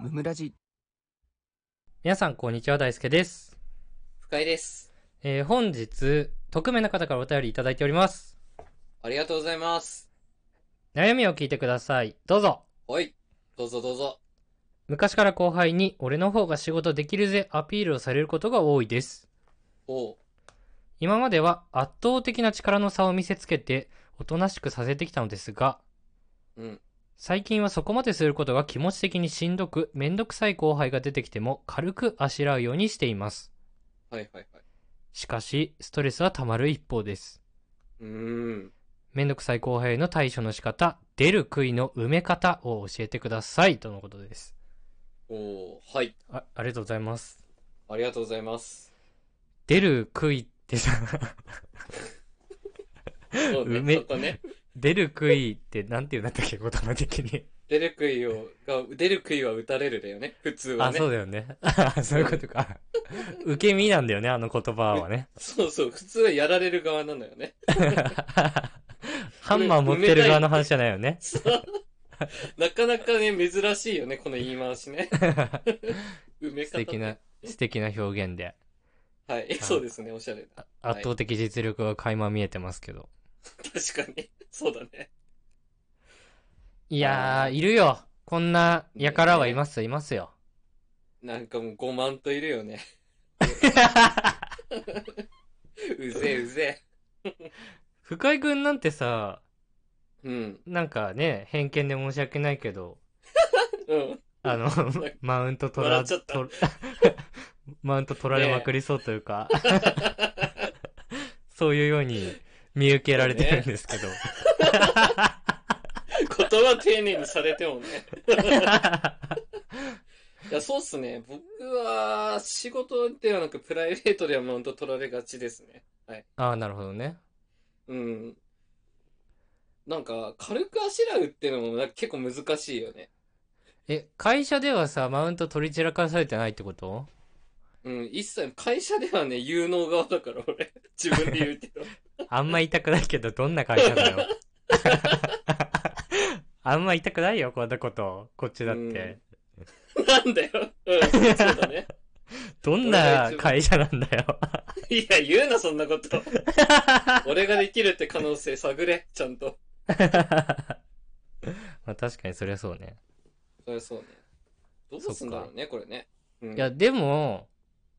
ムムラジ皆さん、こんにちは。大輔です。深井です。えー本日、匿名の方からお便りいただいております。ありがとうございます。悩みを聞いてください。どうぞ。はい。どうぞどうぞ。昔から後輩に、俺の方が仕事できるぜアピールをされることが多いです。おう。今までは圧倒的な力の差を見せつけて、おとなしくさせてきたのですが、うん。最近はそこまですることが気持ち的にしんどく、めんどくさい後輩が出てきても軽くあしらうようにしています。はいはいはい。しかし、ストレスは溜まる一方です。うーん。めんどくさい後輩への対処の仕方、出る杭の埋め方を教えてください。とのことです。おう。はい。あ、ありがとうございます。ありがとうございます。出る杭ってさ、 そううね。めそこね。出る杭ってなんて言うんだったっけ言葉的に。出る杭を、が、出る杭は打たれるだよね。普通はあ、ね。そうだよね。 あそういうことか。受け身なんだよね、あの言葉は ね。そうそう。普通はやられる側なんだよね。ハンマー持ってる側の話じゃないよね。 そうなかなかね、珍しいよね。この言い回しね。埋め素方、ね。敵な。、素敵な表現で。はい。そうですね。おしゃれな。あ圧倒的実力が垣間見えてますけど。確かに。そうだね。いやー、いるよ。こんな輩はいます、いますよ。なんかもう5万といる よね。うぜえうぜ深井くんなんてさ、え。うん。なんかね、偏見で申し訳ないけど、うん。あ の、マウント取笑ら、っちゃった取ら マウント取られまくりそうというか、 そういうように見受けられてるんですけど。言葉丁寧にされてもね。 いや、そうっすね。僕は、仕事ではなく、プライベートではマウント取られがちですね。ああ、なるほどね。うん。なんか、軽くあしらうっていうのもなんか結構難しいよね。え、会社ではさ、マウント取り散らかされてないってことうん、一切、会社ではね、有能側だから、俺。自分で言うけど。あんま言いたくないけど、どんな会社 だよ。あんま言いたくないよ、こんなこと。こっち だって。なんだよ。うん、そうだね。どんな会社なんだよ。 いや、言うな、そんなこと。俺ができるって可能性探れ、ちゃんと。まあ確かにそりゃそうね。そりゃそうね。どうすんだろうね、これね。うんいや、でも、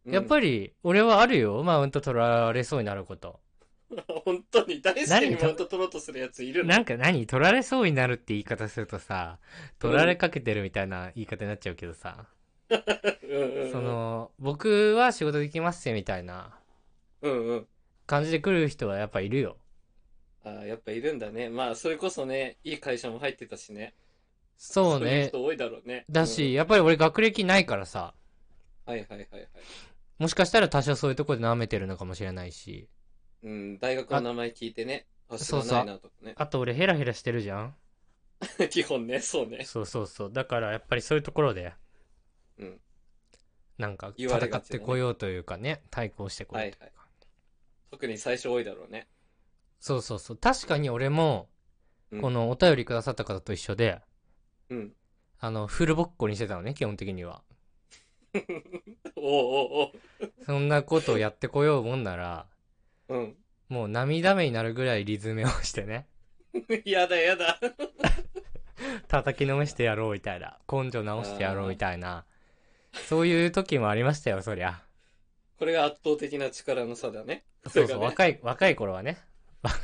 やっぱり、俺はあるよ。マウント取られそうになること。 本当に大好きにマウント取ろうとするやついるのなんか何取られそうになるって言い方するとさ、取られかけてるみたいな言い方になっちゃうけどさ。うんうんうんその、僕は仕事できますよみたいなうんうん感じで来る人はやっぱいるよ。あーやっぱいるんだねまあそれこそねいい会社も入ってたしねそうそういうね。人多いだろうねだし、、やっぱり俺学歴ないからさ、うんはいはいはいはい、もしかしたら多少そういうとこで舐めてるのかもしれないし。うん、大学の名前聞いてねあ知らないなとかねあと俺ヘラヘラしてるじゃん 基本ねそうねそうそうそう。だからやっぱりそういうところで、うんなんか言われ戦がっちだねてこようというかね、対抗してこようというか。はいはい特に最初多いだろうねそうそうそう。確かに俺もう、んこのお便りくださった方と一緒で、うんあの、フルボッコにしてたのね、基本的には。おうおうそんなことをやってこようもんなら、おううん もう涙目になるぐらいリズムをしてね、 やだやだ叩きのめしてやろうみたいな、根性直してやろうみたいな、そういう時もありましたよ、そりゃ。これが圧倒的な力の差だねそうそれそう、がね若い、若い頃はね。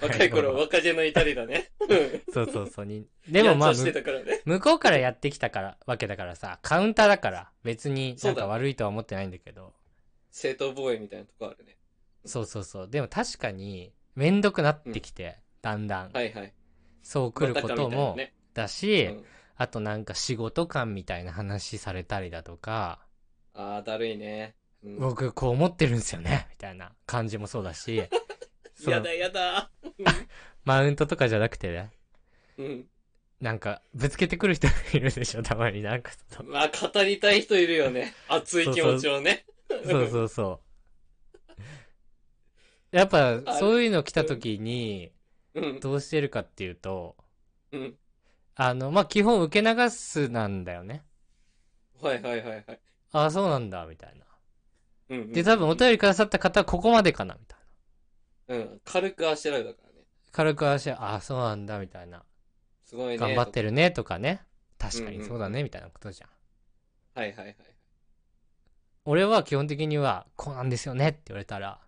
若い頃は。若気の至りだねうんそうそうそう に。でもまあ、やんちゃしてむたからね向こうからやってきたから、わけだからさ、カウンターだから、別にそなうんだか悪いとは思ってないんだけど。正当防衛みたいなとこあるねそうそうそう。でも確かに、めんどくなってきて、だんだん。はいはいそう来るこまたかとみたいなも、ねだし、うんあとなんか仕事感みたいな話されたりだとか、ああ、だるいね。うん僕こう思ってるんですよね、みたいな感じもそうだ し、そやのだやだ。マウントとかじゃなくてね、うん。なんか、ぶつけてくる人いるでしょ、たまになんかそのまあ、語りたい人いるよね。熱い気持ちをね。そうそうそう。やっぱ、あそういうの来た時に、うん。どうしてるかっていうと、うん。あの、まあ、基本受け流すなんだよね。はいはいはいはい。ああ、そうなんだ、みたいな。うん、うん。で、多分お便りくださった方はここまでかな、みたいな。うん。軽くあしらうだからね。軽く話し、ああ、そうなんだ、みたいな。すごいね。頑張ってる。るね、とかね。確かうんうんにうんそうだね、みたいなことじゃん。はいはいはい。俺は基本的には、こうなんですよねって言われたら、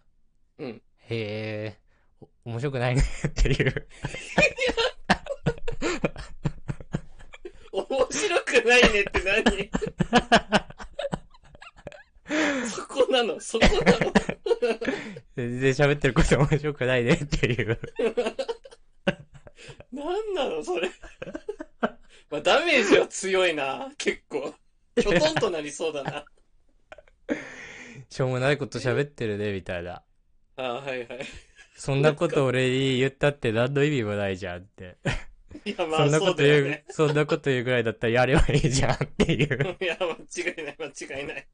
うん。へえ、お面白くないねっていう。面白くないねって 何そこなのそこなの全然喋ってること面白くないねっていう。なんなのそれ。まあ、ダメージは強いな、結構。きょとんとなりそうだな。しょうもないこと喋ってるね、みたいな。ああ、はいはい。そんなこと俺に言ったって何の意味もないじゃんって。いや、まそあ、んなそこうとだ言よう、ね。そんなこと言うぐらいだったらやればいいじゃんっていう。 いや、間違いない、間違いない。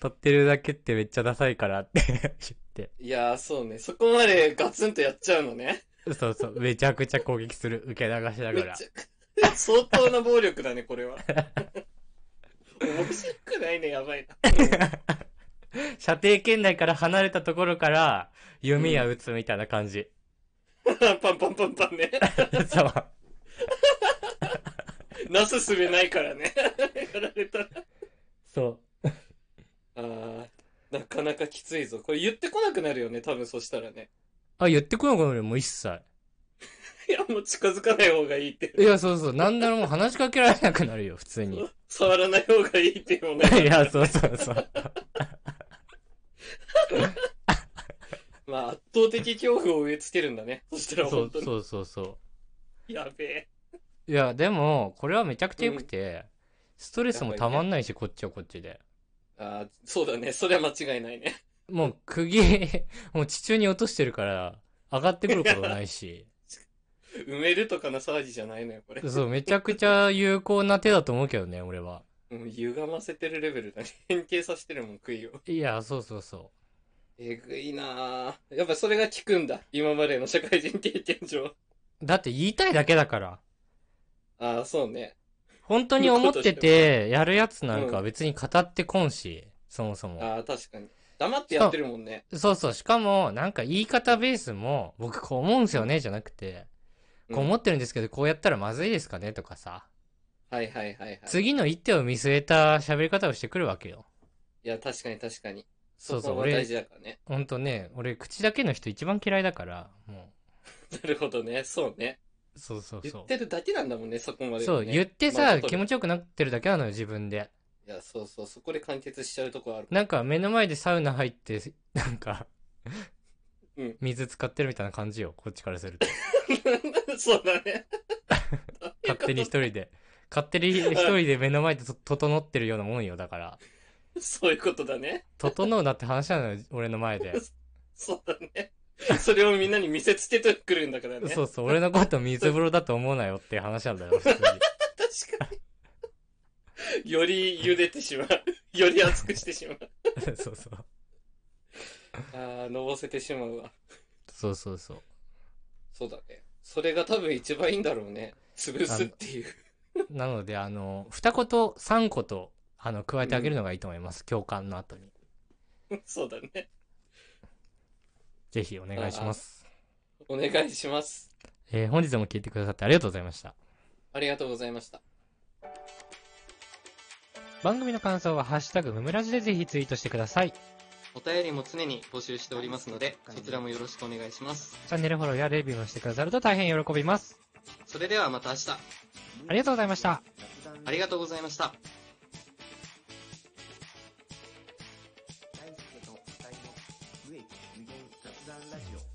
語ってるだけってめっちゃダサいからって言って。いや、そうね。そこまでガツンとやっちゃうのね。そうそう、めちゃくちゃ攻撃する。受け流しなめっがら。ちゃ、相当な暴力だね、これは。面白くないね、やばいな。 射程圏内から離れたところから、弓矢撃つみたいな感じ。パンパンパンパンね。そう。なすすべないからね。やられたら。そう。ああ、なかなかきついぞ。これ言ってこなくなるよね、多分そしたらね。あ、言ってこなくなるよ、もう一切。いや、もう近づかない方がいいって。いや、そうそう。なんだろう、もう話しかけられなくなるよ、普通に。い触らない方がいいっていうもんね。や、そうそうそう。まあ、圧倒的恐怖を植え付けるんだね。そしたらそ本う当に。そうそうそやべえ。う。いや、でも、これはめちゃくちゃ良くて、ストレスもたまんないし、こっちはこっちで。ああ、そうだね。それは間違いないね。もう、釘、 もう地中に落としてるから、上がってくることない し。埋めるとかの騒ぎじゃないのよ、これ。そう、めちゃくちゃ有効な手だと思うけどね、俺は。うん、歪ませてるレベルだね。 変形させてるもん、悔いを。いや、そうそうそう。えぐいなぁ。やっぱそれが効くんだ。今までの社会人経験上。だって言いたいだけだから。ああ、そうね。本当に思ってて、やるやつなんか別に語ってこんし、そもそも。ああ、確かに。黙ってやってるもんね。そうそう、しかも、なんか言い方ベースも、僕こう思うんすよね、じゃなくて、こう思っってるんですけど、こうやったらまずいですかね、とかさ。はいはいはいはい。次の一手を見据えた喋り方をしてくるわけよ。いや、確かに確かに。そうそう、こは大俺、事だからね。ほんとね、俺、口だけの人一番嫌いだから、もなるほどね。そうね。う、そうそう言そってるだけなんだもんね、そこまう。でそはう、ね。言ってまさ、あちょっと気持ちよくなってるだけなのよ、自分で。いや、そうそう、そこで完結しちゃうとこある。 なんか目の前でサウナ入って、 なんか、うん水使ってるみたいな感じよ、こっちからすると。そうだね。勝手に一人で。勝手に一人で目の前でと整ってるようなもんよ、だから。そういうことだね。整うなって話なのよ、俺の前で。そうだね。それをみんなに見せつけてくるんだからね。そうそう、俺のこと水風呂だと思うなよっていう話なんだよ、普通に。 確かに。より茹でてしまう。より熱くしてしまう。そうそう。ああ、のぼせてしまうわ。そうそうそう。そうだね。それが多分一番いいんだろうね。潰すっていう。なので、あの、二言、三言、あの、加えてあげるのがいいと思います。共感の後に。そうだね。ぜひお願いします。お願いします。えー本日も聞いてくださってありがとうございました。ありがとうございました。番組の感想は「ハッシュタグムムラジ」でぜひツイートしてくださいチお便りも常に募集しておりますので、そちらもよろしくお願いします。ャンネルフォローやレビューもしてくださると大変喜びますそれではまた明日、ありがとうございましたありがとうございました。大輔と二人の無益無言雑談ラジオ